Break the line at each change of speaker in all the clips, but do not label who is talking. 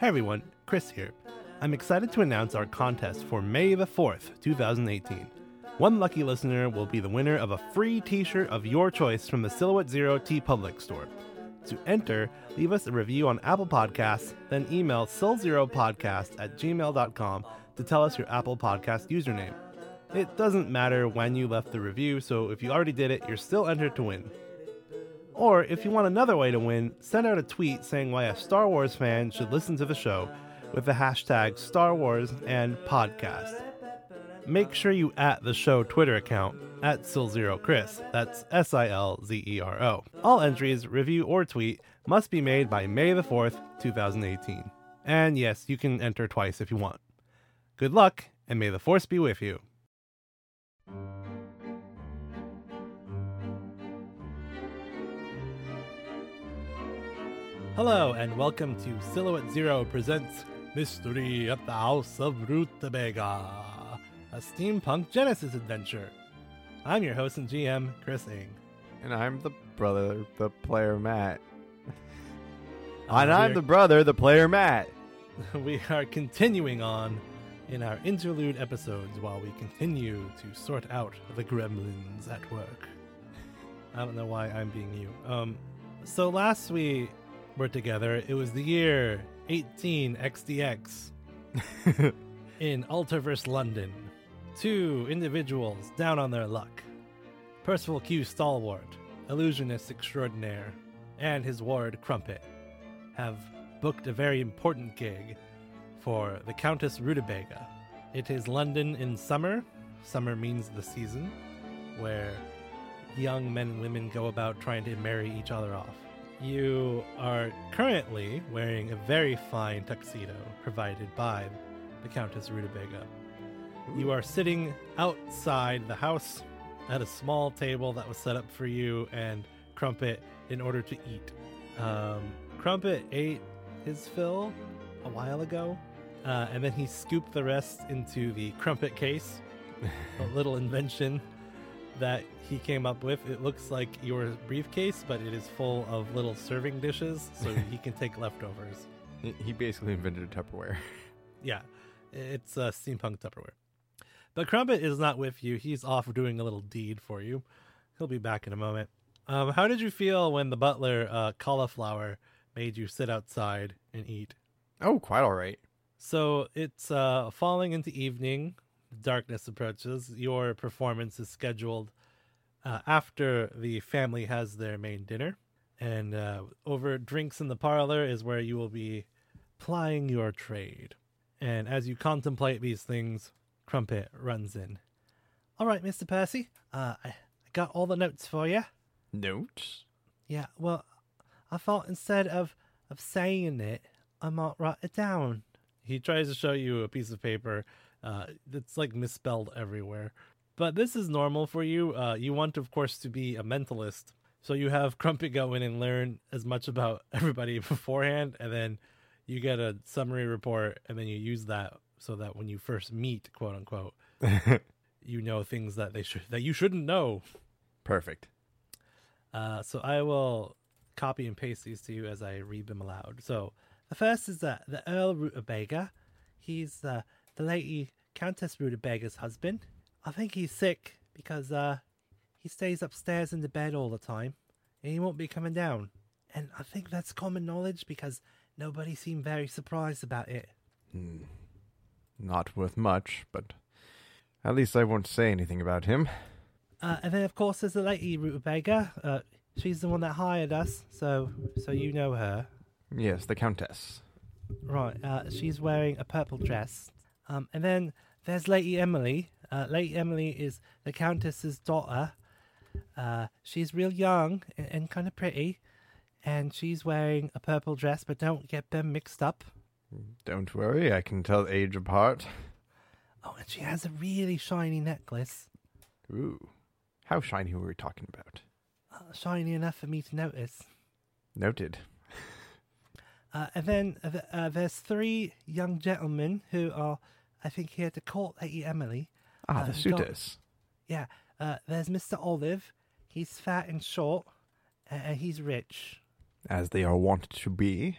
Hey everyone, Chris here. I'm excited to announce our contest for May the 4th, 2018. One lucky listener will be the winner of a free t shirt of your choice from the Silhouette Zero T Public store. To enter, leave us a review on Apple Podcasts, then email silzeropodcast at gmail.com to tell us your Apple Podcast username. It doesn't matter when you left the review, so if you already did it, you're still entered to win. Or if you want another way to win, send out a tweet saying why a Star Wars fan should listen to the show with the hashtag Star Wars and podcast. Make sure you at the show Twitter account at SilZeroChris. That's S I L Z E R O. All entries, review, or tweet must be made by May the 4th, 2018. And yes, you can enter twice if you want. Good luck, and may the Force be with you. Hello and welcome to Silhouette Zero presents Mystery at the House of Rutabaga, a steampunk Genesis adventure. I'm your host and GM, Chris Ng.
And I'm the brother, the player Matt.
Uh,
and
we
I'm
are-
the brother, the player Matt.
we are continuing on in our interlude episodes while we continue to sort out the gremlins at work. I don't know why I'm being you. Um, so last we were together, it was the year 18 XDX in Ultraverse London. Two individuals down on their luck. Percival Q. Stalwart, illusionist extraordinaire, and his ward Crumpet have booked a very important gig for the Countess Rutabaga. It is London in summer. Summer means the season where young men and women go about trying to marry each other off. You are currently wearing a very fine tuxedo provided by the Countess Rutabaga. You are sitting outside the house at a small table that was set up for you and Crumpet in order to eat. Um, Crumpet ate his fill a while ago, uh, and then he scooped the rest into the Crumpet case, a little invention that he came up with. It looks like your briefcase, but it is full of little serving dishes, so he can take leftovers.
He- He basically invented Tupperware.
Yeah, it's uh, steampunk Tupperware. But Crumpet is not with you. He's off doing a little deed for you. He'll be back in a moment. Um, how did you feel when the butler, uh, Cauliflower, made you sit outside and eat?
Oh, quite all right.
So it's uh, falling into evening. Darkness approaches. Your performance is scheduled uh, after the family has their main dinner. And uh, over drinks in the parlor is where you will be plying your trade. And as you contemplate these things, Crumpet runs in. All right, Mr. Percy, uh, I I got all the notes for you.
Notes?
Yeah, well, I thought instead of of saying it, I might write it down. He tries to show you a piece of paper. Uh, it's like misspelled everywhere, but this is normal for you. Uh, you want, of course, to be a mentalist, so you have Crumpy go in and learn as much about everybody beforehand, and then you get a summary report, and then you use that so that when you first meet, quote unquote, you know things that they should that you shouldn't know.
Perfect.
Uh, so I will copy and paste these to you as I read them aloud. So the first is that the Earl Rutabaga, he's uh, the lady Countess Rutabaga's husband. I think he's sick because uh, he stays upstairs in the bed all the time, and he won't be coming down. And I think that's common knowledge because nobody seemed very surprised about it.
Hmm. Not worth much, but at least I won't say anything about him.
Uh, and then, of course, there's the lady Rutabaga. Uh, she's the one that hired us, so so you know her.
Yes, the Countess.
Right, uh, she's wearing a purple dress. Um, and then there's Lady Emily. Uh, Lady Emily is the Countess's daughter. Uh, she's real young and, and kind of pretty. And she's wearing a purple dress, but don't get them mixed up.
Don't worry, I can tell age apart.
Oh, and she has a really shiny necklace.
Ooh. How shiny were we talking about?
Uh, shiny enough for me to notice.
Noted.
Uh, and then uh, th- uh, there's three young gentlemen who are, I think, here to court Lady Emily. Uh,
Ah, the
don't-
suitors.
Yeah, uh, there's Mr. Olive. He's fat and short, and he's rich.
As they are wont to be.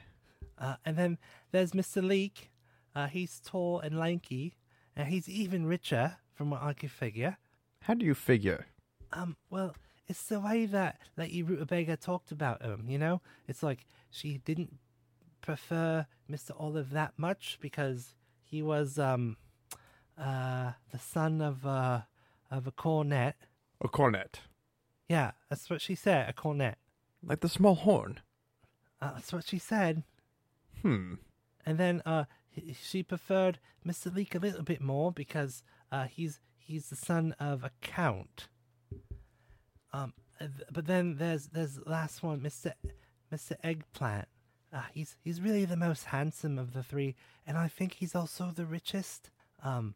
Uh, and then there's Mr. Leek. Uh, he's tall and lanky, and he's even richer from what I can figure.
How do you figure?
Um, well, it's the way that Lady Rutabaga talked about him, you know? It's like she didn't prefer Mr. Olive that much because he was um uh the son of uh of a cornet.
A cornet.
Yeah, that's what she said, a cornet.
Like the small horn.
Uh, that's what she said.
Hmm.
And then uh, h- she preferred Mr. Leek a little bit more because uh, he's he's the son of a count. Um, uh, th- but then there's there's the last one, Mr. Mr. Eggplant. Uh, he's he's really the most handsome of the three, and I think he's also the richest. Um,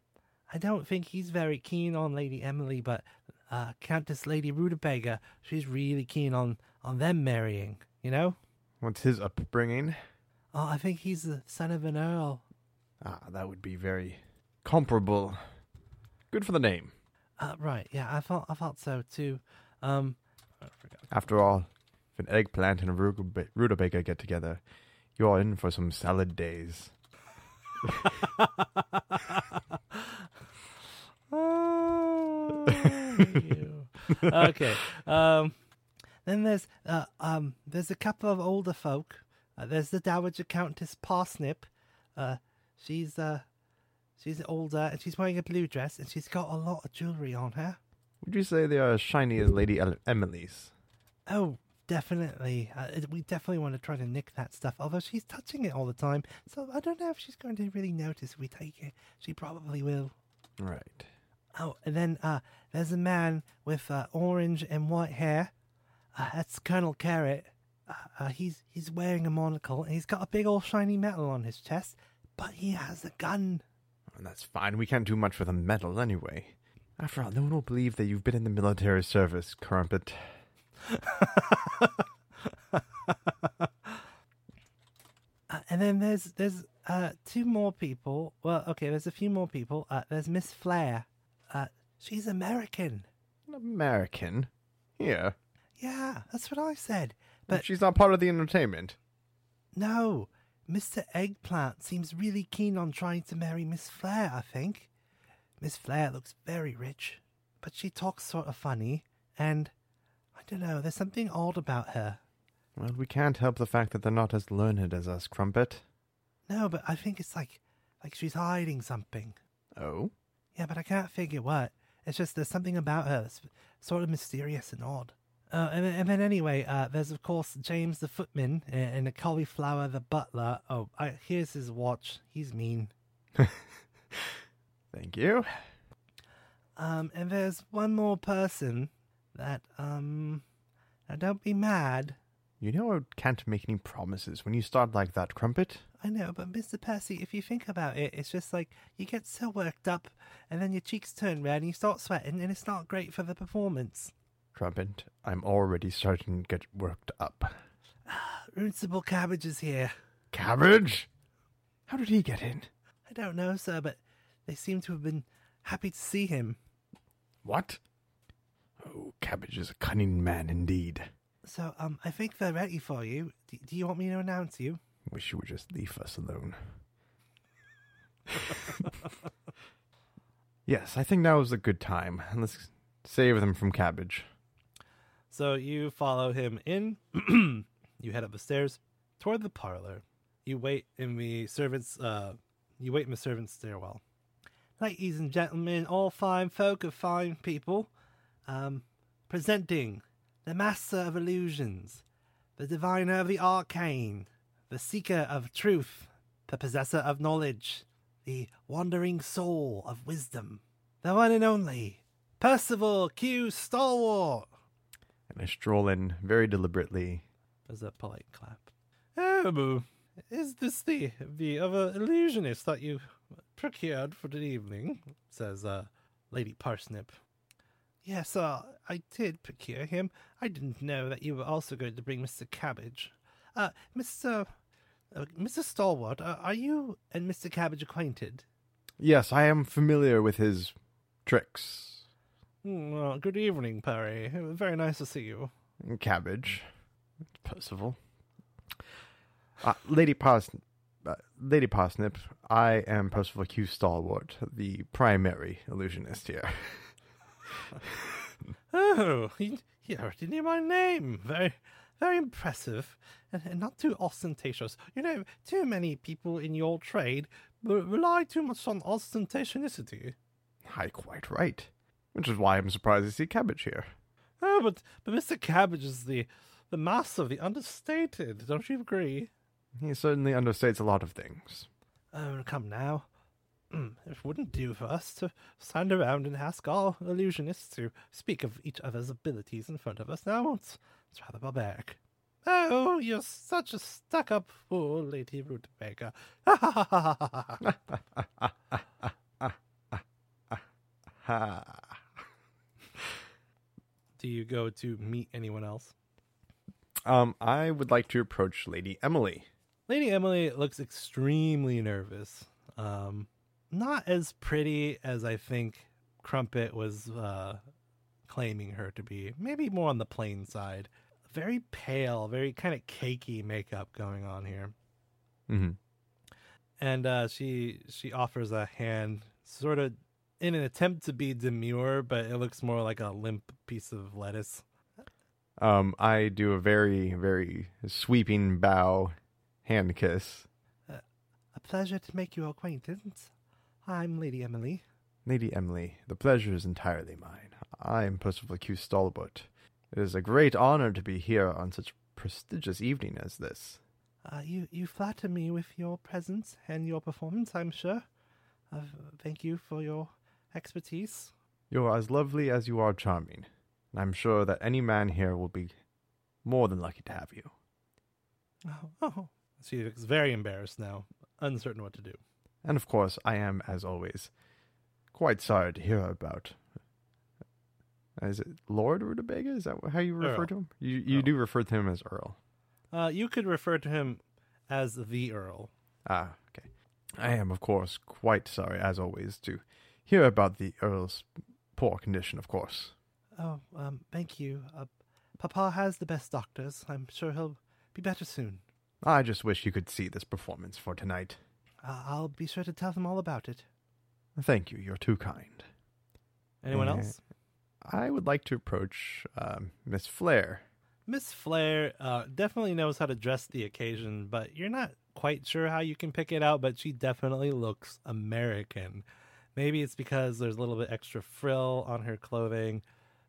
I don't think he's very keen on Lady Emily, but uh, Countess Lady Rutabaga, she's really keen on on them marrying. You know,
What's his upbringing?
oh, I think he's the son of an earl.
Ah, that would be very comparable. Good for the name.
Uh, right, yeah, I thought I thought so too. Um, I forgot.
After all, if an eggplant and a rutabaga rutabaga get together, you're in for some salad days.
Oh, you. okay. Um, then there's uh, um, there's a couple of older folk. Uh, there's the Dowager Countess Parsnip. Uh, she's uh, she's older and she's wearing a blue dress and she's got a lot of jewelry on her.
Would you say they are as shiny as Lady El- Emily's?
Oh, definitely. Uh, it- we definitely want to try to nick that stuff. Although she's touching it all the time, so I don't know if she's going to really notice if we take it. She probably will.
Right.
Oh, and then uh, there's a man with uh, orange and white hair. Uh, that's Colonel Carrot. Uh, uh, he's he's wearing a monocle and he's got a big old shiny metal on his chest, but he has a gun.
And that's fine. We can't do much with a medal anyway. After all, no one will believe that you've been in the military service, Crumpet.
Uh, and then there's there's uh, two more people. Well, okay, there's a few more people. Uh, there's Miss Flair. Uh, she's American.
An American? Yeah.
Yeah, that's what I said. But
But she's not part of the entertainment.
No, Mr. Eggplant seems really keen on trying to marry Miss Flair, I think. Miss Flair looks very rich, but she talks sort of funny, and I don't know, there's something odd about her.
Well, we can't help the fact that they're not as learned as us, Crumpet.
No, but I think it's like like she's hiding something.
Oh?
Yeah, but I can't figure what. It's just there's something about her that's sort of mysterious and odd. Uh, and, then- and then anyway, uh, there's of course James the footman and, and the cauliflower the butler. Oh, I, here's his watch. He's mean.
Thank you.
Um, and there's one more person that, um, now don't be mad.
You know I can't make any promises when you start like that, Crumpet.
I know, but Mr. Percy, if you think about it, it's just like you get so worked up and then your cheeks turn red and you start sweating and it's not great for the performance.
Crumpet, I'm already starting to get worked up.
Uh, Runcible Cabbage is here.
Cabbage? How did he get in?
I don't know, sir, but they seem to have been happy to see him.
What? Oh, Cabbage is a cunning man indeed.
So, um, I think they're ready for you. D- do you want me to announce you?
Wish you would just leave us alone. yes, I think now is a good time. and Let's save them from Cabbage.
So you follow him in. you head up the stairs toward the parlor. You wait in the servants. Uh, you wait in the servants' stairwell. Ladies and gentlemen, all fine folk of fine people, um, presenting the master of illusions, the diviner of the arcane, the seeker of truth, the possessor of knowledge, the wandering soul of wisdom, the one and only Percival Q. Stalwart.
And I stroll in very deliberately.
There's a polite clap. Oh, is this the the other illusionist that you procured for the evening? Says uh, Lady Parsnip. Yes, uh, I did procure him. I didn't know that you were also going to bring Mr. Cabbage. Uh, Mr. Uh, Mr. Stalwart, uh, are you and Mr. Cabbage acquainted?
Yes, I am familiar with his tricks.
"Hmm, well, good evening, Perry. Very nice to see you.
Cabbage. Percival. Uh, Lady Parsnip, uh, Lady Parsnip, I am Percival Q. Stalwart, the primary illusionist here.
Oh, he, he already knew my name. Very, very impressive, and, and not too ostentatious. You know, too many people in your trade re- rely too much on ostentationicity.
Hi, quite right. Which is why I'm surprised to see Cabbage here.
Oh, but but Mr. Cabbage is the the master of the understated. Don't you agree?
He certainly understates a lot of things.
Oh, come now. Mm, It wouldn't do for us to stand around and ask our illusionists to speak of each other's abilities in front of us now. It's, it's rather barbaric. Oh, you're such a stuck up fool, Lady Rootmaker. Ha ha ha ha ha ha.
Ha.
Do you go to meet anyone else?
Um, I would like to approach Lady Emily.
Lady Emily looks extremely nervous. Um, not as pretty as I think Crumpet was uh, claiming her to be. Maybe more on the plain side. Very pale, very kind of cakey makeup going on here.
Mm-hmm.
and uh, she she offers a hand, sort of in an attempt to be demure, but it looks more like a limp piece of lettuce.
Um, I do a very, very sweeping bow, hand kiss.
A pleasure to make your acquaintance. I'm Lady Emily.
Lady Emily, the pleasure is entirely mine. I am Percival Q. Stalwart. It is a great honor to be here on such a prestigious evening as this.
Uh, you you flatter me with your presence and your performance. I'm sure. Uh, thank you for your expertise.
You are as lovely as you are charming, and I'm sure that any man here will be more than lucky to have you.
Oh, oh. She looks very embarrassed now, uncertain what to do.
And of course, I am, as always, quite sorry to hear about. Is it Lord Rutabaga? Is that how you refer
Earl.
to him? You you
Earl.
do refer to him as Earl.
Uh, you could refer to him as the Earl.
Ah, okay. I am, of course, quite sorry, as always, to hear about the Earl's poor condition, of course.
Oh, um, thank you. Uh, Papa has the best doctors. I'm sure he'll be better soon.
I just wish you could see this performance for tonight.
Uh, I'll be sure to tell them all about it.
Thank you, you're too kind.
Anyone
Uh,
else?
I would like to approach um, Miss Flair.
Miss Flair uh, definitely knows how to dress the occasion, but you're not quite sure how you can pick it out, but she definitely looks American. Maybe it's because there's a little bit extra frill on her clothing.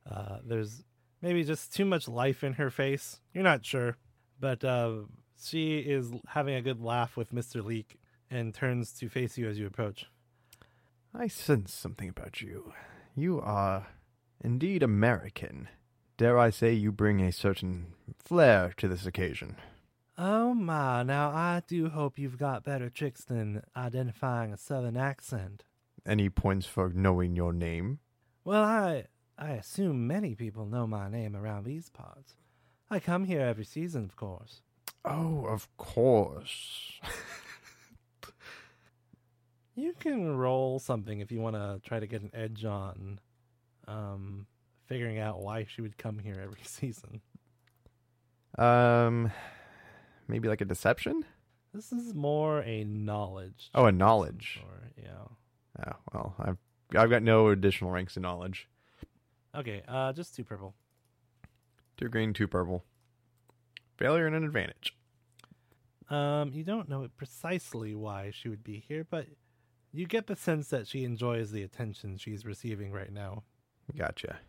Uh, there's maybe just too much life in her face. You're not sure. But uh, she is having a good laugh with Mr. Leek and turns to face you as you approach.
I sense something about you. You are indeed American. Dare I say you bring a certain flair to this occasion?
Oh my, now I do hope you've got better tricks than identifying a southern accent.
Any points for knowing your name?
Well, I I assume many people know my name around these parts. I come here every season, of course.
Oh, of course.
You can roll something if you want to try to get an edge on um figuring out why she would come here every season.
um, maybe like a deception?
This is more a knowledge.
Oh, a
check of some
knowledge.
sort, yeah.
Oh, well, I've I've got no additional ranks in knowledge.
Okay, uh just two purple.
Two green, two purple. Failure and an advantage.
Um, you don't know precisely why she would be here, but you get the sense that she enjoys the attention she's receiving right now.
Gotcha.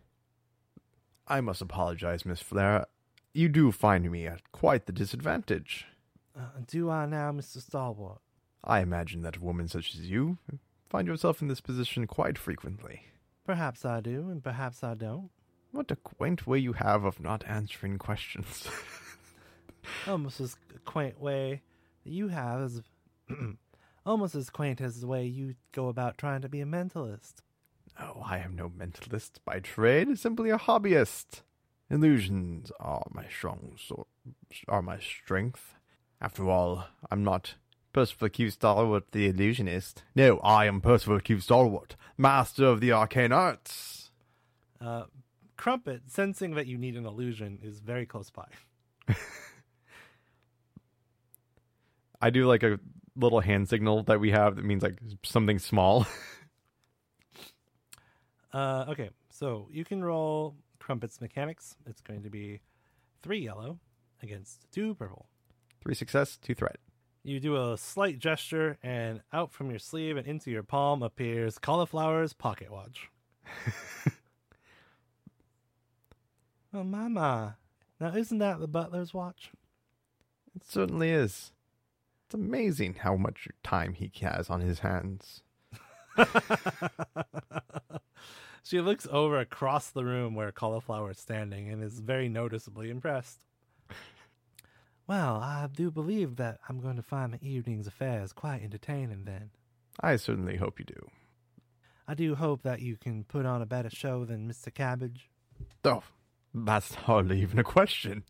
I must apologize, Miss Flair. You do find me at quite the disadvantage.
Uh, do I now, Mr. Stalwart?
I imagine that a woman such as you find yourself in this position quite frequently.
Perhaps I do, and perhaps I don't.
What a quaint way you have of not answering questions.
Almost as quaint way that you have as almost as quaint as the way you go about trying to be a mentalist.
oh, I am no mentalist by trade, simply a hobbyist. Illusions are my strong so- are my strength. After all, I'm not Percival Q. Stalwart the illusionist. No, I am Percival Q. Stalwart, master of the arcane arts.
Uh, Crumpet, sensing that you need an illusion, is very close by.
I do like a little hand signal that we have that means like something small.
Uh, okay, so you can roll Crumpet's mechanics. It's going to be three yellow against two purple.
Three success, two threat.
You do a slight gesture, and out from your sleeve and into your palm appears Cauliflower's pocket watch. oh, mama. Now, isn't that the butler's watch?
It certainly is. It's amazing how much time he has on his hands.
she looks over across the room where Cauliflower is standing and is very noticeably impressed. Well, I do believe that I'm going to find my evening's affairs quite entertaining then.
I certainly hope you do.
I do hope that you can put on a better show than Mr. Cabbage.
Oh, that's hardly even a question.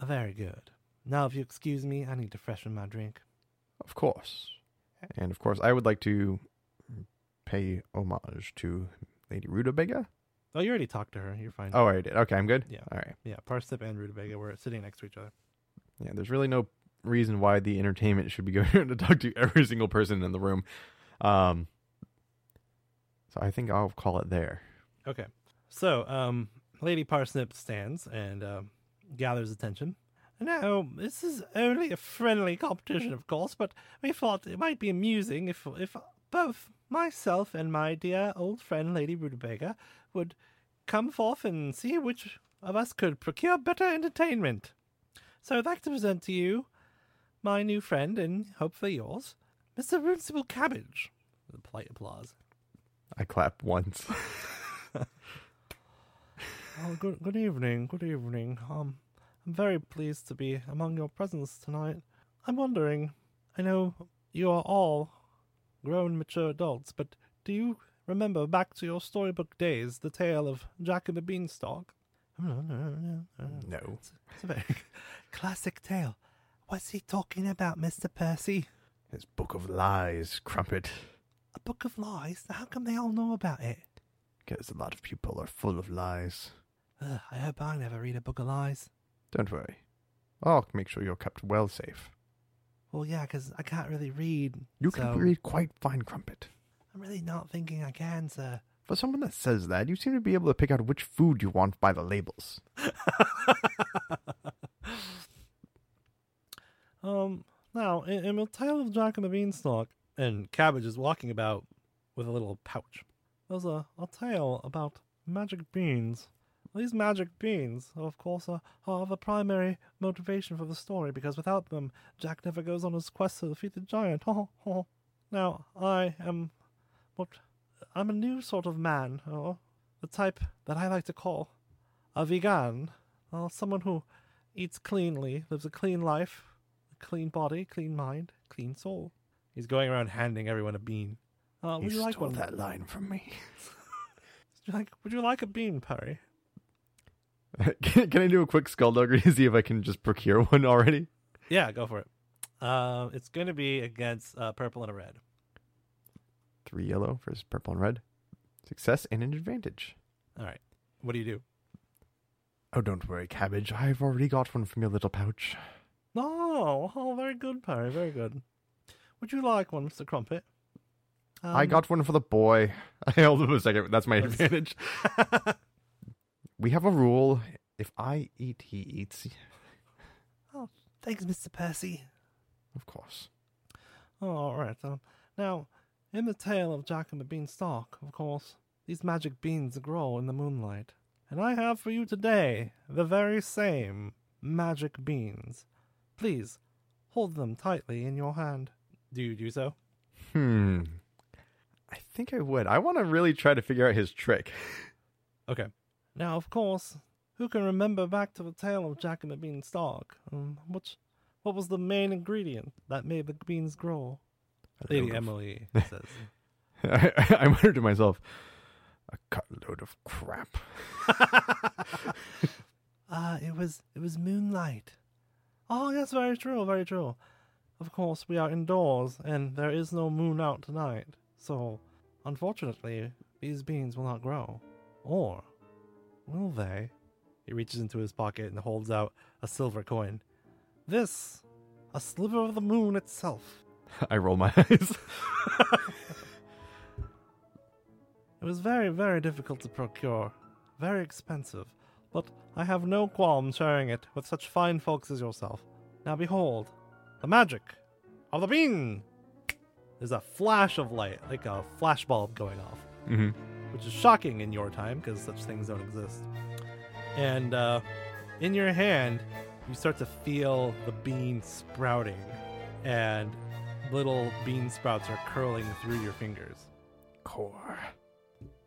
Uh, Very good. Now, if you excuse me, I need to freshen my drink.
Of course. And of course, I would like to pay homage to Lady Rutabaga.
Oh, you already talked to her. You're fine.
Oh, I did. Okay, I'm good.
Yeah.
All right.
Yeah, Parsnip and Rutabaga were sitting next to each other.
Yeah, there's really no reason why the entertainment should be going to talk to every single person in the room. Um, so I think I'll call it there.
Okay. So, um, Lady Parsnip stands and um, gathers attention. Now, this is only a friendly competition, of course, but we thought it might be amusing if if both myself and my dear old friend Lady Rutabaga would come forth and see which of us could procure better entertainment. So I'd like to present to you my new friend and hopefully yours, Mr. Runcible Cabbage. With Polite applause.
I clap once.
Oh, good, good evening, good evening. Um, I'm very pleased to be among your presence tonight. I'm wondering, I know you are all grown, mature adults, but do you remember back to your storybook days the tale of Jack and the Beanstalk? Hmm, It's
no.
a very classic tale. What's he talking about, Mr. Percy?
His book of lies, Crumpet.
A book of lies? How come they all know about it?
Because a lot of people are full of lies.
Ugh, I hope I never read a book of lies.
Don't worry. I'll make sure you're kept well safe.
Well, yeah, 'cause I can't really read.
You can
so-
read quite fine, Crumpet.
I'm really not thinking I can, sir.
For someone that says that, you seem to be able to pick out which food you want by the labels.
um, now, in, in the tale of Jack and the Beanstalk, and Cabbage is walking about with a little pouch. There's a, a tale about magic beans. These magic beans, of course, are, are the primary motivation for the story because without them, Jack never goes on his quest to defeat the giant. now, I am what I'm a new sort of man, or the type that I like to call a vegan, or someone who eats cleanly, lives a clean life, a clean body, clean mind, clean soul. He's going around handing everyone a bean. Uh, would you like one?
line from me.
Would you like, would you like a bean, Perry?
can, can I do a quick skullduggery to see if I can just procure one already?
Yeah, go for it. Um, it's going to be against uh, purple and a red.
Three yellow versus purple and red. Success and an advantage.
All right. What do you do?
Oh, don't worry, Cabbage. I've already got one from your little pouch.
No, oh, very good, Perry, very good. Would you like one, Mr. Crumpet?
I
Um,
got one for the boy. I held him a second. That's my
That's-
advantage. We have a rule. If I eat, he eats.
Thanks, Mr. Percy.
Of course.
Oh, all right. Um, now, in the tale of Jack and the Beanstalk, of course, these magic beans grow in the moonlight. And I have for you today the very same magic beans. Please, hold them tightly in your hand. Do you do so?
Hmm. I think I would. I want to really try to figure out his trick.
Okay. Now, of course, who can remember back to the tale of Jack and the Beanstalk? Um, which, what was the main ingredient that made the beans grow? Lady Emily says.
I, I muttered to myself, a cutload of crap.
Ah, it was it was moonlight. Oh, yes, very true, very true. Of course, we are indoors, and there is no moon out tonight. So, unfortunately, these beans will not grow. Or, will they? He reaches into his pocket and holds out a silver coin. This, a sliver of the moon itself.
I roll my eyes.
It was very, very difficult to procure, very expensive, but I have no qualm sharing it with such fine folks as yourself. Now behold, the magic of the bean! There's a flash of light, like a flash bulb going off,
mm-hmm.
which is shocking in your time because such things don't exist. And uh, in your hand, you start to feel the bean sprouting, and little bean sprouts are curling through your fingers.
Core.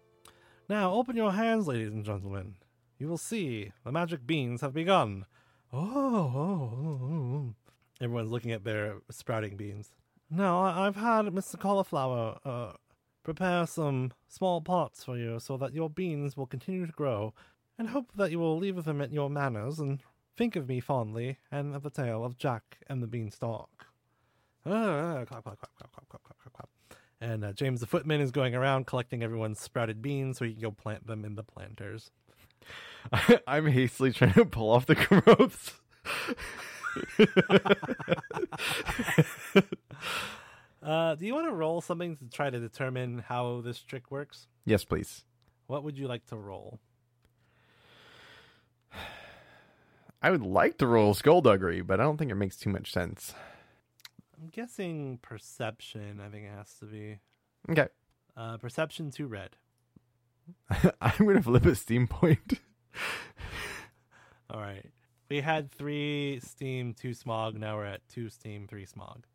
Now, open your hands, ladies and gentlemen. You will see the magic beans have begun. Oh, oh, oh, oh. everyone's looking at their sprouting beans. Now, I- I've had Mr. Cauliflower uh, prepare some small pots for you so that your beans will continue to grow, and hope that you will leave them at your manors and think of me fondly and of the tale of Jack and the Beanstalk. Ah, clap, clap, clap, clap, clap, clap, clap, clap, clap. And uh, James the Footman is going around collecting everyone's sprouted beans so he can go plant them in the planters.
I'm hastily trying to pull off the ropes.
Uh, do you want to roll something to try to determine how this trick works?
yes, please.
What would you like to roll?
I would like to roll skullduggery, but I don't think it makes too much sense.
I'm guessing perception, I think it has to be.
Okay.
Uh, perception to red.
I'm going to flip a steam point.
All right. We had three steam, two smog. Now we're at two steam, three smog.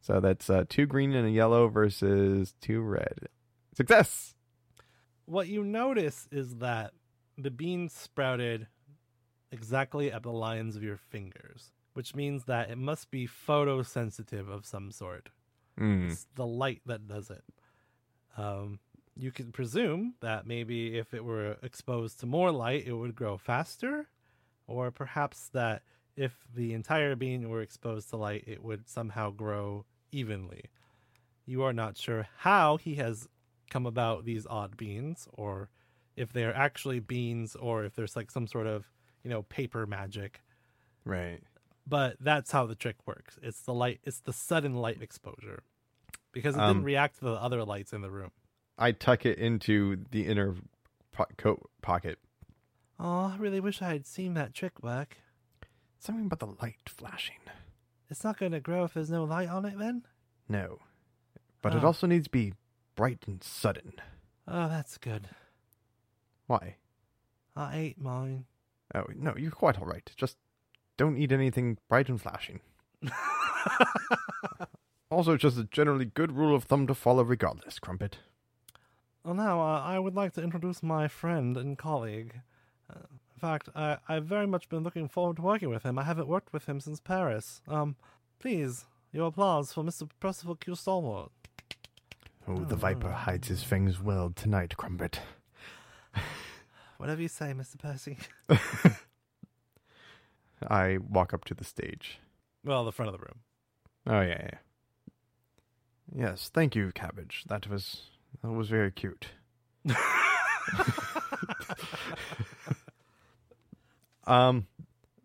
So that's uh, two green and a yellow versus two red. Success!
what you notice is that the bean sprouted exactly at the lines of your fingers, which means that it must be photosensitive of some sort.
Mm.
It's the light that does it. Um, you could presume that maybe if it were exposed to more light, it would grow faster, or perhaps that if the entire bean were exposed to light, it would somehow grow evenly. You are not sure how he has come about these odd beans, or if they are actually beans, or if there's like some sort of you know paper magic.
Right.
But that's how the trick works. It's the light. It's the sudden light exposure, because it
Um,
didn't react to the other lights in the room.
I tuck it into the inner po- coat pocket.
Oh, I really wish I had seen that trick work.
Something about the light flashing.
It's not going to grow if there's no light on it, then.
No. But it
Oh.
also needs to be bright and sudden.
Oh, that's good.
Why?
I ate mine.
Oh, no, you're quite all right. Just don't eat anything bright and flashing. Also, just a generally good rule of thumb to follow regardless, Crumpet.
well, now uh, I would like to introduce my friend and colleague. Uh, in fact, I, I've very much been looking forward to working with him. I haven't worked with him since Paris. Um, please, your applause for Mr. Percival Q. Stalwart.
Oh, the viper hides his fangs well tonight, Crumpet.
Whatever you say, Mr. Percy.
I walk up to the stage.
Well, the front of the room.
Oh yeah, yeah. Yes, thank you, Cabbage. That was that was very cute. um,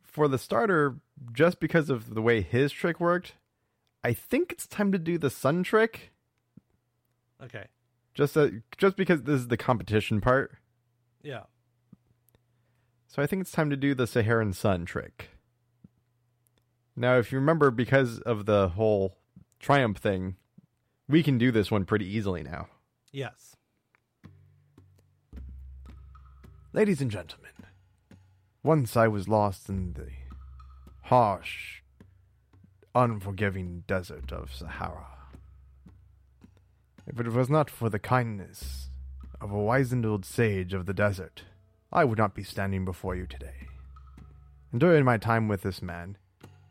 for the starter, just because of the way his trick worked, I think it's time to do the sun trick.
Okay.
Just uh, just because this is the competition part,
Yeah.
so I think it's time to do the Saharan sun trick. Now, if you remember, because of the whole triumph thing, we can do this one pretty easily now.
Yes.
Ladies and gentlemen, once I was lost in the harsh, unforgiving desert of Sahara. If it was not for the kindness of a wizened old sage of the desert, I would not be standing before you today. And during my time with this man,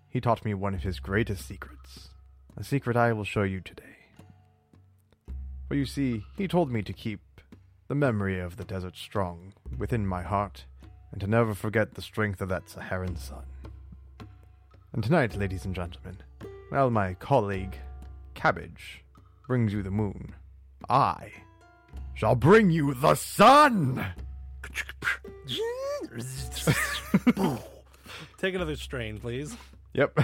he taught me one of his greatest secrets, a secret I will show you today. For you see, he told me to keep the memory of the desert strong within my heart, and to never forget the strength of that Saharan sun. And tonight, ladies and gentlemen, while my colleague, Cabbage, brings you the moon, I shall bring you the sun!
Take another strain, please.
Yep.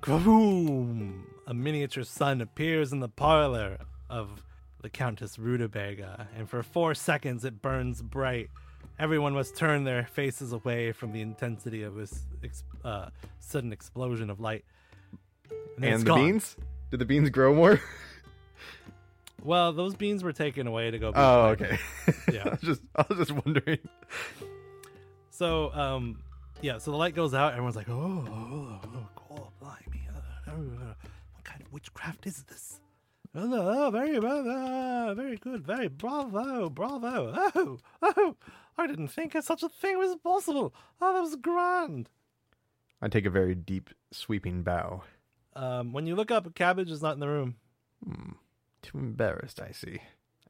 Kaboom! A miniature sun appears in the parlor of the Countess Rutabaga, and for four seconds it burns bright. Everyone must turn their faces away from the intensity of this ex- uh, sudden explosion of light. then it's
and the
gone.
beans? Did the beans grow more?
Well, those beans were taken away to go. be
Oh,
collected.
okay.
Yeah.
I was just I was just wondering.
So, um, yeah, so the light goes out. Everyone's like, oh, oh, oh cool, blimey. uh, uh, what kind of witchcraft is this? Oh, no, oh, very, well, uh, very good, very bravo, bravo. Oh, oh, I didn't think such a thing was possible. Oh, that was grand.
I take a very deep, sweeping bow.
Um, when you look up, Cabbage is not in the room.
Hmm. Too embarrassed, I see.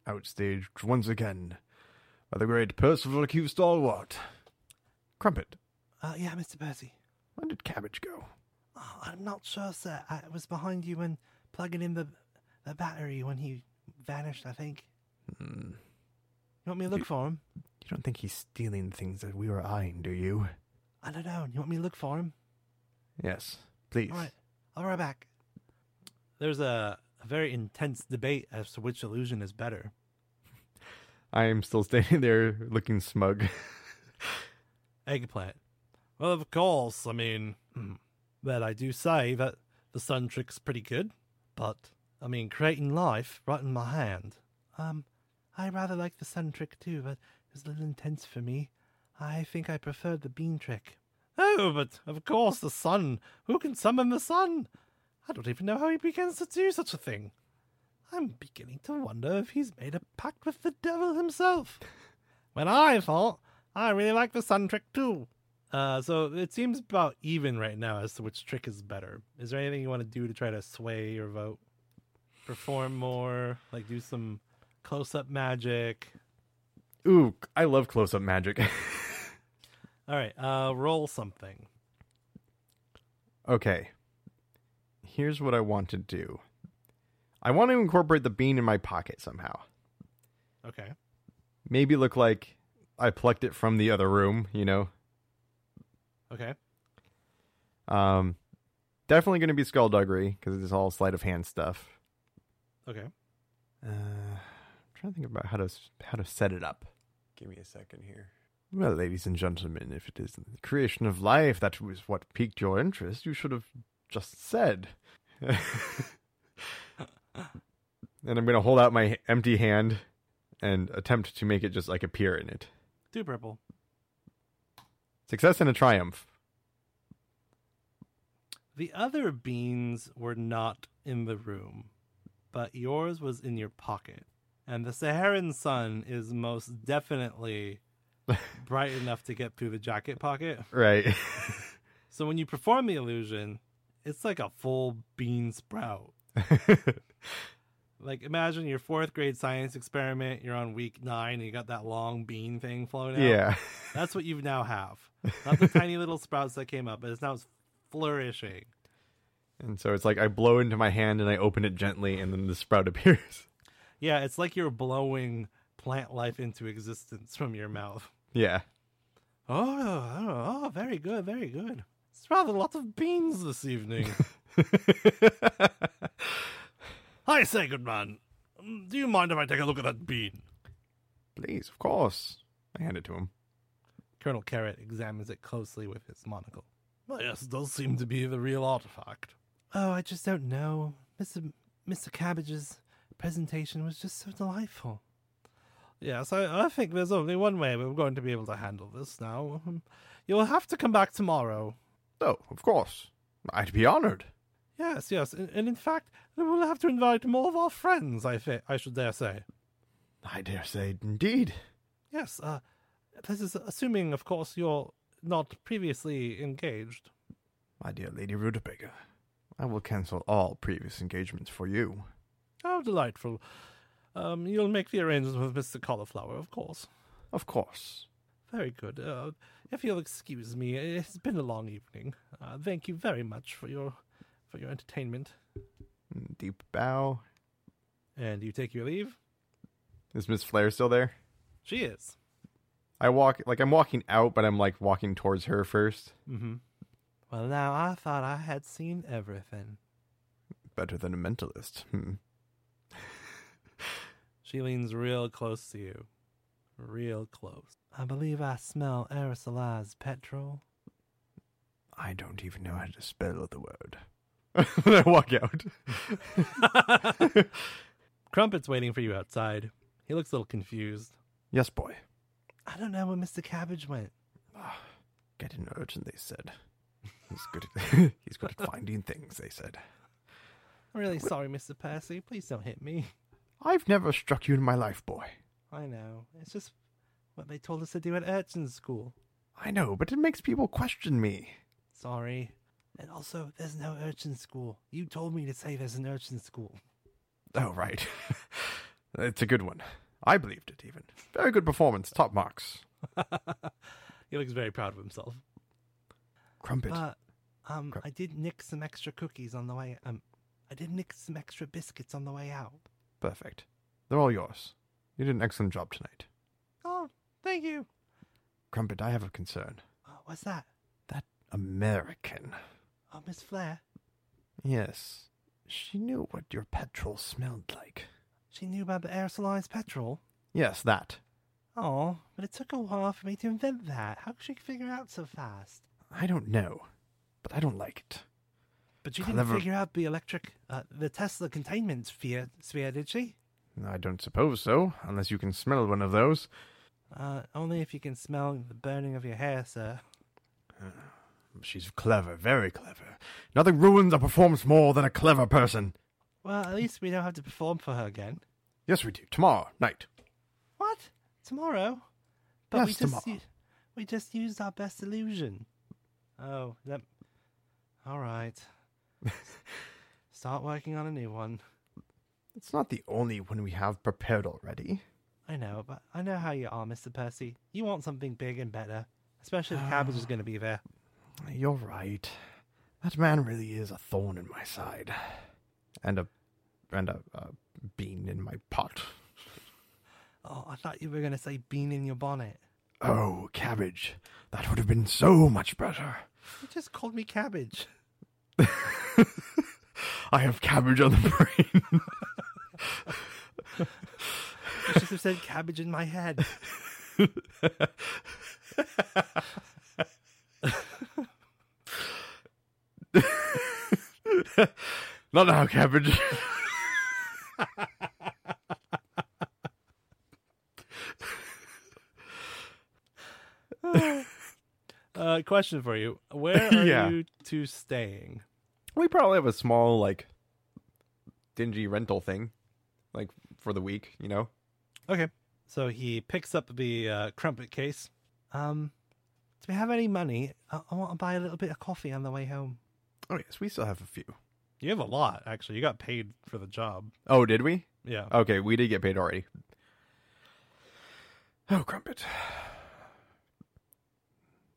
Outstaged once again by the great Percival Q. Stalwart. Crumpet,
Uh, yeah, Mr. Percy.
where did Cabbage go?
Oh, I'm not sure, sir. I was behind you when plugging in the, the battery when he vanished, I think.
Hmm.
You want me to look for him?
You don't think he's stealing things that we were eyeing, do you?
I don't know. You want me to look for him?
Yes, please.
All right, I'll be right back. There's a, a very intense debate as to which illusion is better.
I am still standing there looking smug.
Eggplant. Well, of course, I mean, hmm, that I do say that the sun trick's pretty good, but I mean, creating life right in my hand. Um, I rather like the sun trick too, but it was a little intense for me. I think I preferred the bean trick. Oh, but of course, the sun. Who can summon the sun? I don't even know how he begins to do such a thing. I'm beginning to wonder if he's made a pact with the devil himself. When I thought, I really like the sun trick too. Uh, so it seems about even right now as to which trick is better. Is there anything you want to do to try to sway your vote? Perform more, like do some close-up magic.
Ooh, I love close up magic.
All right, uh, roll something.
okay. Here's what I want to do I want to incorporate the bean in my pocket somehow.
Okay.
Maybe look like I plucked it from the other room, you know?
Okay.
Um, definitely going to be skullduggery because it's all sleight of hand stuff.
Okay.
Uh, I'm trying to think about how to s- how to set it up. Give me a second here. Well, ladies and gentlemen, if it is the creation of life that was what piqued your interest, you should have just said. and I'm going to hold out my empty hand and attempt to make it just like appear in it.
Do purple.
Success and a triumph.
The other beans were not in the room, but yours was in your pocket. And the Saharan sun is most definitely bright enough to get through the jacket pocket.
Right.
So when you perform the illusion, it's like a full bean sprout. Like imagine your fourth grade science experiment, you're on week nine and you got that long bean thing floating out.
yeah.
That's what you now have. Not the tiny little sprouts that came up, but it's now flourishing.
And so it's like I blow into my hand and I open it gently and then the sprout appears.
Yeah, it's like you're blowing plant life into existence from your mouth.
yeah.
Oh, oh, oh, very good, very good. It's rather a lot of beans this evening. I say, good man, um, do you mind if I take a look at that bean?
Please, of course. I hand it to him.
Colonel Carrot examines it closely with his monocle. Well, yes, it does seem to be the real artifact. Oh, I just don't know. Mr. Mr. Cabbage's presentation was just so delightful. Yes, I, I think there's only one way we're going to be able to handle this now. Um, You'll have to come back tomorrow.
Oh, of course. I'd be honored.
Yes, yes, and, and in fact, we'll have to invite more of our friends, I, thi- I should dare say.
I dare say, indeed.
Yes, uh, this is assuming, of course, you're not previously engaged.
My dear Lady Rutabaga, I will cancel all previous engagements for you.
How Oh, delightful. Um, you'll make the arrangements with Mr. Cauliflower, of course.
Of course.
Very good. Uh, if you'll excuse me, it's been a long evening. Uh, thank you very much for your for your entertainment.
Deep bow.
And you take your leave.
Is Miss Flair still there?
She is.
I walk, like, I'm walking out, but I'm, like, walking towards her first.
Mm-hmm. Well, now I thought I had seen everything.
Better than a mentalist. Hmm.
She leans real close to you. Real close. I believe I smell aerosolized petrol.
I don't even know how to spell the word. I walk out.
Crumpet's waiting for you outside. He looks a little confused.
yes, boy.
I don't know where Mr. Cabbage went.
Ah, Get in urgent, they said. He's good. At, he's good at finding things, they said.
I'm really sorry, Mr. Percy. Please don't hit me.
I've never struck you in my life, boy.
I know. It's just what they told us to do at Urchin School.
I know, but it makes people question me.
Sorry. And also, there's no urchin school. You told me to say there's an urchin school.
Oh, right. it's a good one. I believed it, even. Very good performance. Top marks.
he looks very proud of himself.
Crumpet.
But um,
Crap.
I did nick some extra cookies on the way. Um, I did nick some extra biscuits on the way out.
Perfect. They're all yours. You did an excellent job tonight.
Oh, thank you.
Crumpet, I have a concern.
Uh, What's that?
American.
Oh, Miss Flair.
Yes. She knew what your petrol smelled like.
She knew about the aerosolized petrol.
Yes, that.
Oh, but it took a while for me to invent that. How could she figure out so fast?
I don't know, but I don't like it.
But she didn't
Clever.
figure out the electric, uh, the Tesla containment sphere, sphere, did she?
I don't suppose so, unless you can smell one of those.
Uh, only if you can smell the burning of your hair, sir.
She's clever, very clever. Nothing ruins a performance more than a clever person.
Well, at least we don't have to perform for her again.
Yes, we do. Tomorrow night.
What? Tomorrow? But we
Yes,
just
tomorrow.
u- we just used our best illusion. Oh, that. All right. Start working on a new one.
It's not the only one we have prepared already.
I know, but I know how you are, Mr. Percy. You want something big and better, especially if Cabbage
Ah.
is going to be there.
You're right. That man really is a thorn in my side, and a and a, a bean in my pot.
Oh, I thought you were going to say bean in your bonnet.
Oh, cabbage! That would have been so much better.
You just called me Cabbage.
I have cabbage on the brain.
You should have said Cabbage in my head.
Not now, cabbage.
Uh, question for you: Where are
Yeah.
you two staying?
we probably have a small like dingy rental thing, like for the week. You know.
Okay. So he picks up the uh, crumpet case. Um, do we have any money? I, I want to buy a little bit of coffee on the way home.
Oh yes, we still have a few.
You have a lot, actually. You got paid for the job.
Oh, did we?
Yeah.
Okay, we did get paid already. Oh, Crumpet.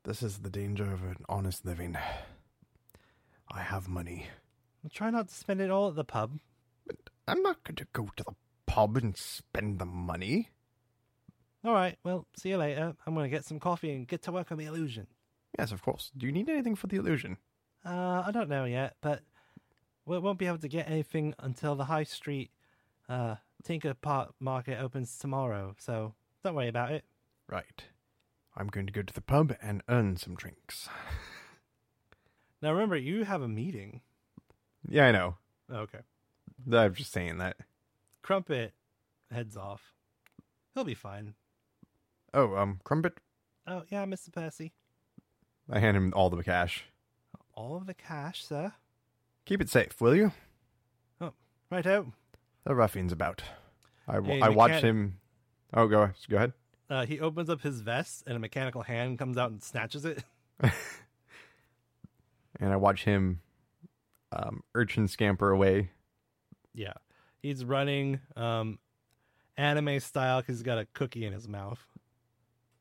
This is the danger of an honest living. I have money.
Well, try not to spend it all at the pub.
I'm not going to go to the pub and spend the money.
All right. Well, see you later. I'm gonna get some coffee and get to work on the illusion.
Yes, of course. Do you need anything for the illusion?
Uh, I don't know yet, but we won't be able to get anything until the high street uh, Tinker Park Market opens tomorrow. So don't worry about it.
Right. I'm going to go to the pub and earn some drinks.
Now remember, you have a meeting. Oh,
Yeah, I know.
Okay.
I'm just saying that.
Crumpet heads off. He'll be fine.
Oh, um, Crumpet,
Oh, yeah, Mr. Percy.
I hand him all the cash.
All of the cash, sir.
Keep it safe, will you?
Right out.
The ruffian's about. I, w-
Hey,
I
we
watch
can't-
him. Oh, go go ahead.
Uh, he opens up his vest and a mechanical hand comes out and snatches it.
And I watch him, um, urchin scamper away.
Yeah. He's running um, anime style because he's got a cookie in his mouth.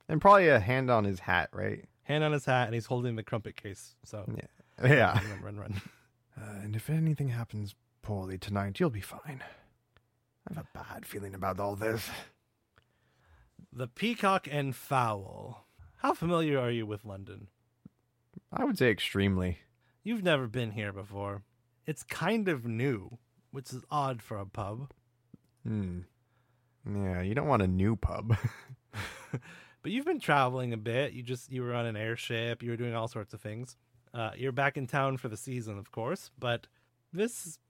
And probably a hand on his hat, right?
Hand on his hat and he's holding the crumpet case. So
Yeah.
run, run, run.
Uh, and if anything happens poorly tonight, you'll be fine. I have a bad feeling about all this.
The Peacock and Fowl. How familiar are you with London?
I would say extremely.
You've never been here before. It's kind of new, which is odd for a pub.
Hmm. Yeah, you don't want a new pub.
But you've been traveling a bit. You just you were on an airship. You were doing all sorts of things. Uh, you're back in town for the season, of course. But this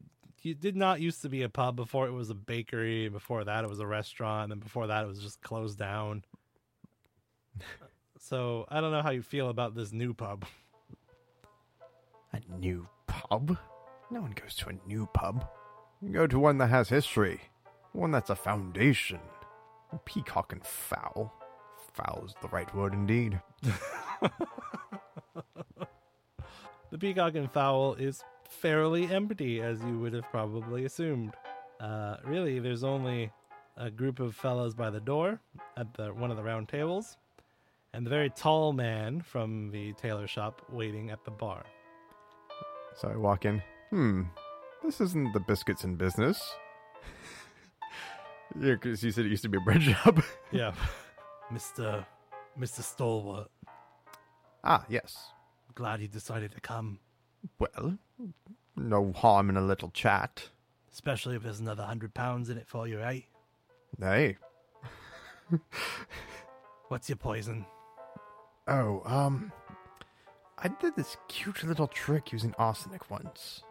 you did not used to be a pub. Before it was a bakery. Before that it was a restaurant. And before that it was just closed down. so I don't know how you feel about this new pub.
a new pub? No one goes to a new pub. You go to one that has history, one that's a foundation. Peacock and fowl. Foul is the right word indeed.
The Peacock and Fowl is fairly empty, as you would have probably assumed. Uh, really, there's only a group of fellas by the door at the one of the round tables, and the very tall man from the tailor shop waiting at the bar.
So I walk in. Hmm, this isn't the biscuits and business. yeah, because you said it used to be a bread shop.
Yeah, Mister Mister Stalwart.
ah, yes.
Glad you decided to come,
Well, no harm in a little chat.
especially if there's another hundred pounds in it for you, eh?
Hey.
What's your poison?
Oh, um, I did this cute little trick using arsenic once.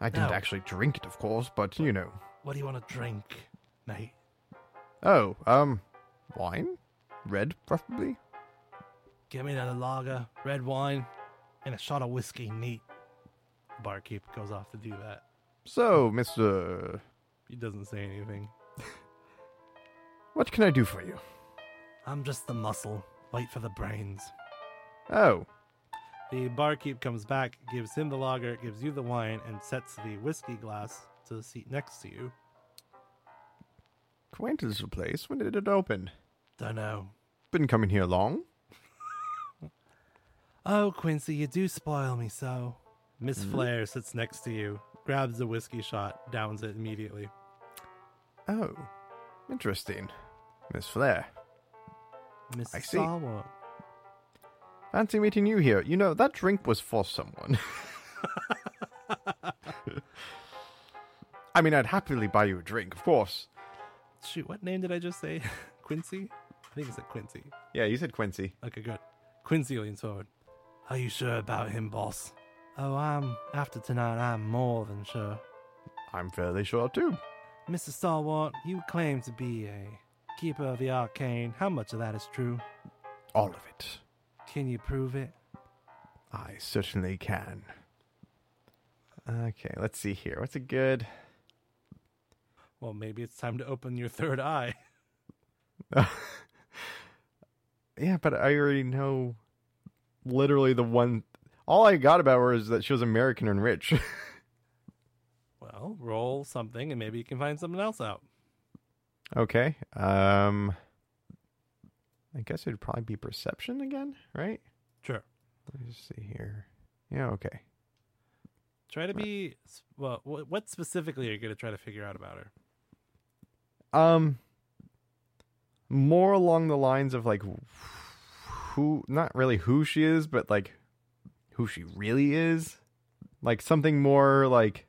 I didn't
No.
actually drink it, of course, but you know.
What do you want to drink, mate?
Oh, um, wine? Red, preferably?
Give me another lager, red wine, and a shot of whiskey neat. Barkeep goes off to do that.
So, Mr.
He doesn't say anything.
What can I do for you?
I'm just the muscle. Wait for the brains.
Oh,
The barkeep comes back, gives him the lager, gives you the wine, and sets the whiskey glass to the seat next to you.
quaint little place. When did it open?
Dunno.
Been coming here long?
Oh, Quincy, you do spoil me so. Miss
Mm-hmm.
Flair sits next to you, grabs the whiskey shot, downs it immediately.
Oh, interesting. Miss Flair,
Miss
I see.
Sawa.
fancy meeting you here. You know, that drink was for someone. I mean, I'd happily buy you a drink, of course.
Shoot, what name did I just say? Quincy? I think it's a Quincy.
Yeah, you said Quincy.
Okay, good. Quincy leans forward. Are you sure about him, boss? Oh, I'm. After tonight, I'm more than sure.
I'm fairly sure too.
Mr. Stalwart, you claim to be a keeper of the arcane. How much of that is true?
All of it.
Can you prove it?
I certainly can. Okay, let's see here. What's a good?
Well, maybe it's time to open your third eye.
yeah, but I already know literally the one. All I got about her is that she was American and rich.
Well, roll something and maybe you can find something else out.
okay. Um. I guess it'd probably be perception again, right?
Sure.
Let me just see here. Yeah. Okay.
Try to be. Well, wh- what specifically are you going to try to figure out about her?
Um, more along the lines of like who, not really who she is, but like who she really is. Like something more like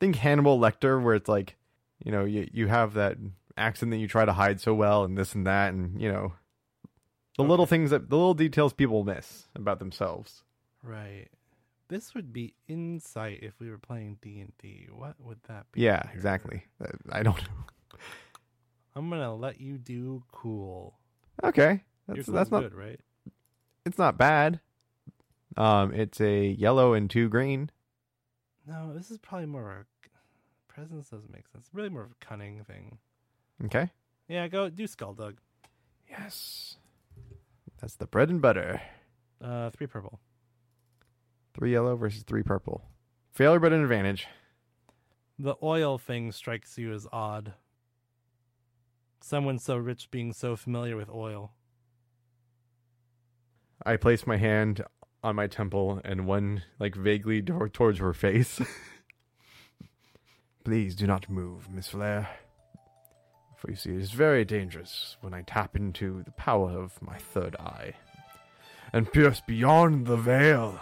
think Hannibal Lecter, where it's like you know you you have that accent that you try to hide so well, and this and that, and you know the little things that the little details people miss about themselves.
Right. This would be insight if we were playing D&D. What would that be?
Yeah,
here?
exactly. I- I don't know.
I'm gonna let you do cool.
Okay,
Your
that's
cool's
that's not
good, right?
it's not bad. Um, it's a yellow and two green.
No, this is probably more. a- Presence doesn't make sense. Really more of a cunning thing.
Okay.
Yeah, go do skull dug.
Yes. That's the bread and butter.
Uh, three purple.
Three yellow versus three purple. Failure but an advantage.
The oil thing strikes you as odd. Someone so rich being so familiar with oil.
I place my hand on my temple and one like vaguely tor- towards her face. Please do not move, Miss Flair. For you see, it is very dangerous when I tap into the power of my third eye and pierce beyond the veil.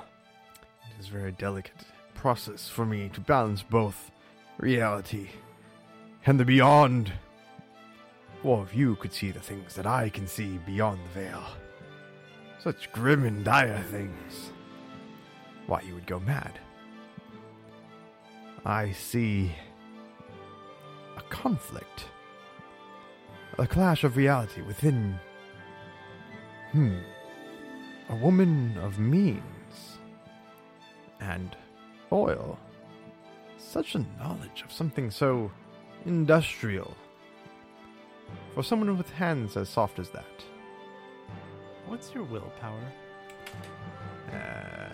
is a very delicate process for me to balance both reality and the beyond. Well, if you could see the things that I can see beyond the veil, such grim and dire things, why you would go mad. I see a conflict, a clash of reality within. Hmm. A woman of means and oil. Such a knowledge of something so industrial. For someone with hands as soft as that.
What's your willpower?
Uh,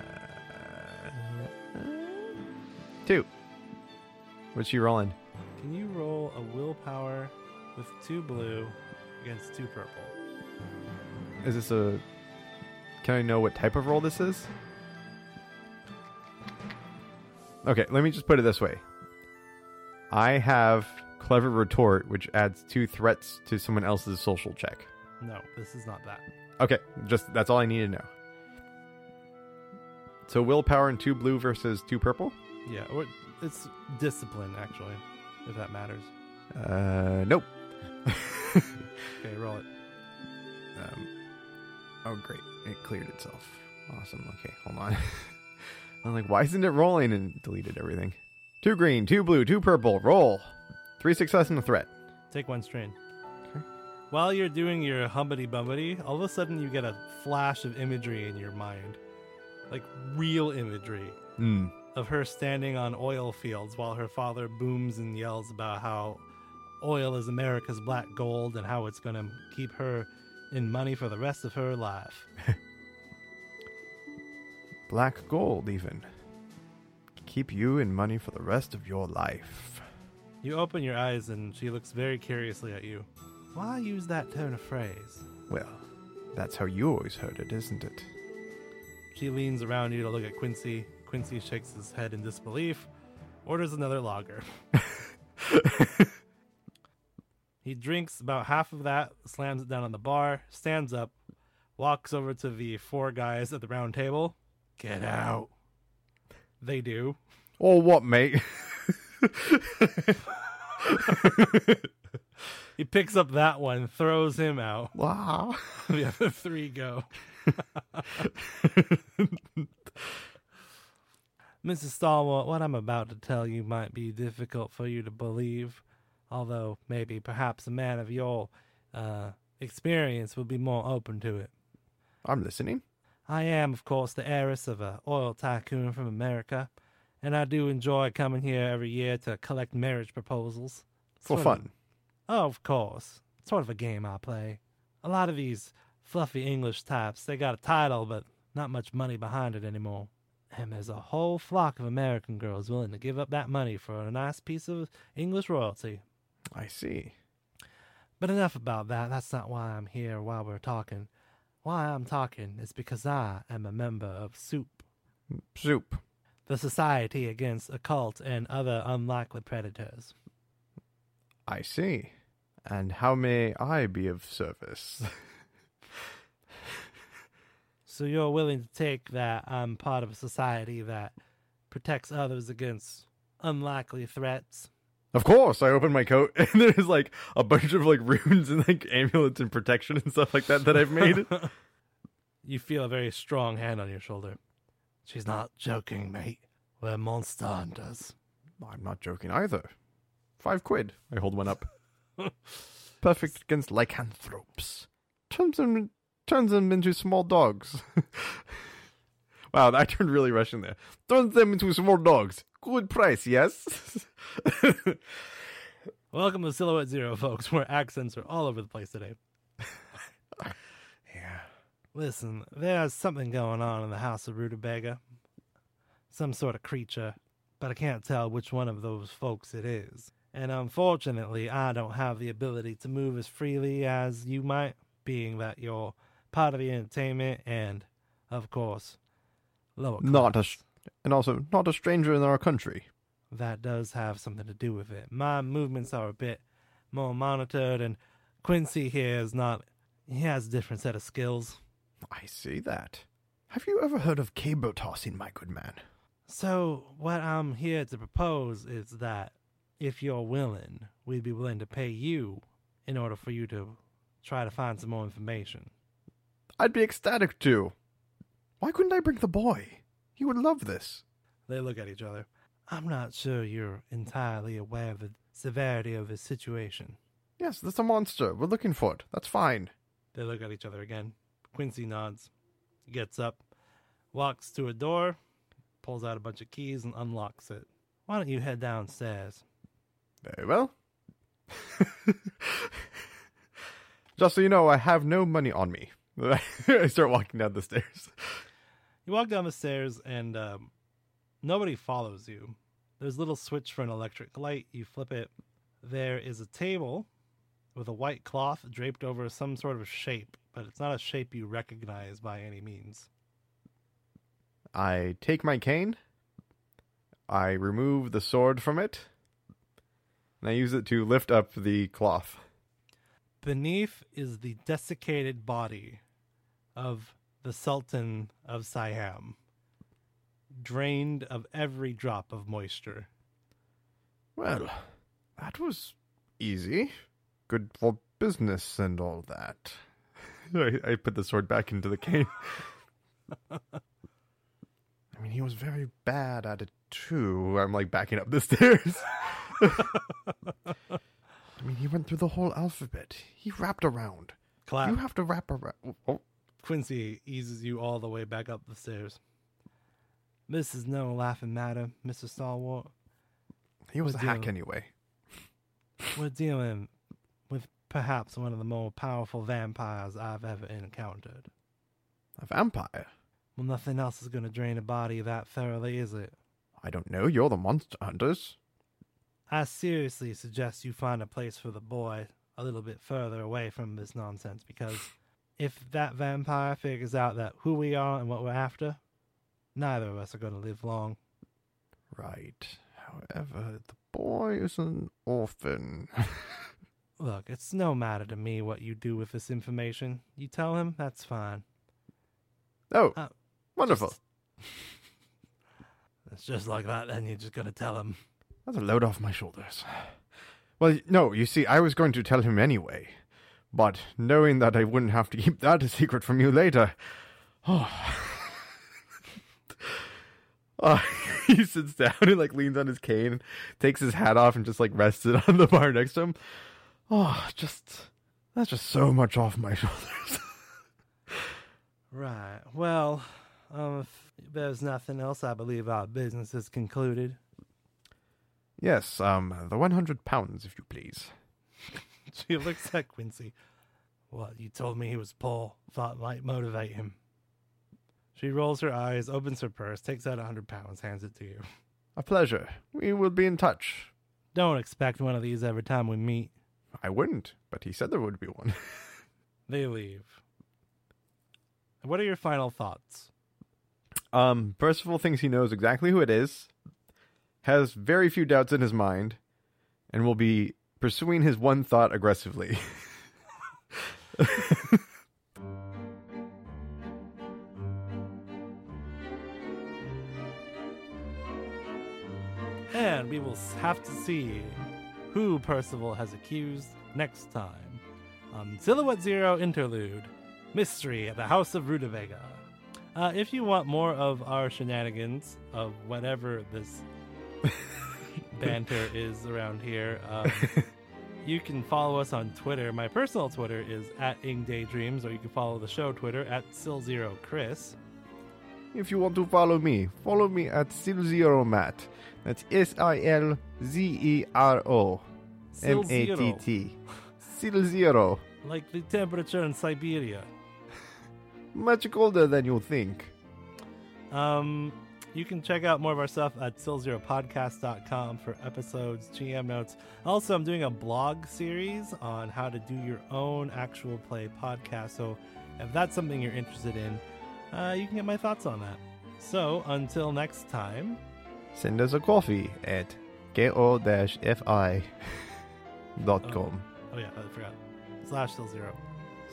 two. What's she rolling?
Can you roll a willpower with two blue against two purple?
Is this a. Can I know what type of roll this is? Okay, let me just put it this way I have Clever Retort, which adds two threats to someone else's social check.
No, this is not that.
Okay, just that's all I need to know. So willpower and two blue versus two purple?
Yeah, or it's discipline actually, if that matters.
Uh, nope.
Okay, roll it.
Um, oh, great. It cleared itself. Awesome. Okay, hold on. I'm like, why isn't it rolling? And deleted everything. Two green, two blue, two purple. Roll. Three success and a threat.
Take one strain.
Okay.
While you're doing your humbity bumbity, all of a sudden you get a flash of imagery in your mind, like real imagery
Hmm.
of her standing on oil fields while her father booms and yells about how oil is America's black gold and how it's going to keep her in money for the rest of her life.
Black gold, even. Keep you in money for the rest of your life.
You open your eyes and she looks very curiously at you. Why use that turn of phrase?
Well, that's how you always heard it, isn't it?
She leans around you to look at Quincy. Quincy shakes his head in disbelief, orders another lager. he drinks about half of that, slams it down on the bar, stands up, walks over to the four guys at the round table. Get out. They do.
Or what, mate?
He picks up that one, throws him out.
wow.
the other three go. Mrs. Stalwart, what I'm about to tell you might be difficult for you to believe, although maybe perhaps a man of your uh, experience would be more open to it.
I'm listening.
I am, of course, the heiress of a oil tycoon from America, and I do enjoy coming here every year to collect marriage proposals. Sort
For
of-
fun.
of course. Sort of a game I play. A lot of these fluffy English types, they got a title, but not much money behind it anymore. And there's a whole flock of American girls willing to give up that money for a nice piece of English royalty.
I see.
But enough about that. That's not why I'm here while we're talking. Why I'm talking is because I am a member of SOUP,
Soup.
the Society Against Occult and Other Unlikely Predators.
I see. And how may I be of service?
So you're willing to take that I'm part of a society that protects others against unlikely threats?
of course, I open my coat and there's like a bunch of like runes and like amulets and protection and stuff like that that I've made.
you feel a very strong hand on your shoulder. She's not joking, mate. We're monster hunters.
I'm not joking either. Five quid. I hold one up. Perfect against lycanthropes. Turns them turns them into small dogs. wow, I turned really Russian there. Turns them into small dogs. Good price, yes.
Welcome to Silhouette Zero, folks, where accents are all over the place today.
yeah.
Listen, there's something going on in the house of Rutabaga. Some sort of creature, but I can't tell which one of those folks it is. And unfortunately, I don't have the ability to move as freely as you might, being that you're part of the entertainment and, of course, lower
Not a
class.
s- and also not a stranger in our country.
that does have something to do with it. My movements are a bit more monitored, and Quincy here is not. He has a different set of skills.
I see that. Have you ever heard of cable tossing, my good man?
So, what I'm here to propose is that if you're willing, we'd be willing to pay you in order for you to try to find some more information.
I'd be ecstatic to. Why couldn't I bring the boy? He would love this.
They look at each other. I'm not sure you're entirely aware of the severity of his situation.
Yes, that's a monster. We're looking for it. That's fine.
They look at each other again. Quincy nods, gets up, walks to a door, pulls out a bunch of keys, and unlocks it. Why don't you head downstairs?
Very well. Just so you know, I have no money on me. I start walking down the stairs.
You walk down the stairs, and um, nobody follows you. There's a little switch for an electric light. You flip it. There is a table with a white cloth draped over some sort of shape, but it's not a shape you recognize by any means.
I take my cane. I remove the sword from it. And I use it to lift up the cloth.
Beneath is the desiccated body of the Sultan of Siam, drained of every drop of moisture.
Well, that was easy. Good for business and all that. I, I put the sword back into the cane. I mean, he was very bad at it too. I'm like backing up the stairs. I mean, he went through the whole alphabet. He wrapped around.
Clap.
You have to wrap around. Oh,
Quincy eases you all the way back up the stairs. This is no laughing matter, Mr. Stalwart.
he was a
But
hack
do-
anyway.
We're dealing with perhaps one of the more powerful vampires I've ever encountered.
A vampire.
Well, nothing else is going to drain a body that thoroughly, is it?
I don't know. You're the monster hunters.
I seriously suggest you find a place for the boy a little bit further away from this nonsense because if that vampire figures out that who we are and what we're after, neither of us are going to live long.
Right. However, the boy is an orphan.
Look, it's no matter to me what you do with this information. You tell him, that's fine.
oh,
Uh,
wonderful.
Just- It's just like that, then you're just going to tell him.
That's a load off my shoulders. Well, no, you see, I was going to tell him anyway. But knowing that I wouldn't have to keep that a secret from you later. Oh. Uh, he sits down and like leans on his cane, takes his hat off, and just like rests it on the bar next to him. Oh, just that's just so much off my shoulders.
Right. Well, um, if there's nothing else, I believe our business is concluded.
yes, um, the one hundred pounds, if you please.
She looks at Quincy. What, you told me he was poor? Thought might motivate him. She rolls her eyes, opens her purse, takes out a hundred pounds, hands it to you.
A pleasure. We will be in touch.
Don't expect one of these every time we meet.
I wouldn't, but he said there would be one.
They leave. What are your final thoughts?
Um, Percival thinks he knows exactly who it is, has very few doubts in his mind, and will be pursuing his one thought aggressively.
And we will s- have to see who Percival has accused next time on Silhouette Zero Interlude Mystery at the House of Rutabaga. Uh, if you want more of our shenanigans, of whatever this banter is around here, um, you can follow us on Twitter. My personal Twitter is at ingdaydreams, or you can follow the show Twitter at SilZeroChris.
if you want to follow me, follow me at Silzeromat. That's S I L Z E R O M A T
Silzero,
T. Silzero.
Like the temperature in Siberia.
Much colder than you think.
Um, you can check out more of our stuff at stillzeropodcast.com for episodes, GM notes. Also, I'm doing a blog series on how to do your own actual play podcast. So, if that's something you're interested in, uh, you can get my thoughts on that. So, until next time,
Send us a coffee at ko fi dot com.
oh yeah, I forgot, slash still zero.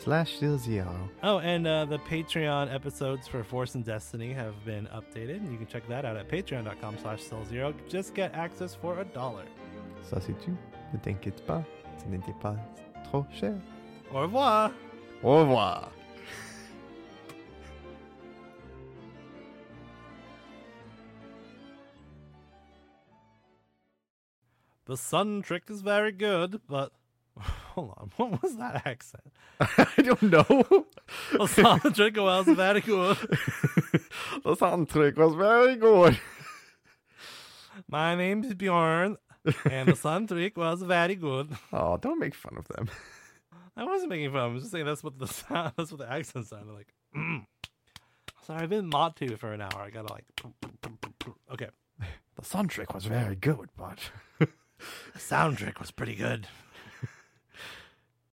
slash zero zero.
Oh, and uh, the Patreon episodes for Force and Destiny have been updated, and you can check that out at patreon.com slash soul zero. Just get access for a dollar.
Ça c'est tout. Ne t'inquiète pas, ce n'était pas trop cher.
Au revoir!
Au revoir.
The sun trick is very good, but hold on, what was that accent?
I don't know.
The sun trick was very good.
the sound trick was very good.
My name is Bjorn, and the sun trick was very good.
Oh, don't make fun of them.
I wasn't making fun. I was just saying that's what the sound, that's what the accent sounded like. Mm. Sorry, I've been mod to for an hour. I gotta like, okay.
The sound trick was very good, but.
The sound trick was pretty good.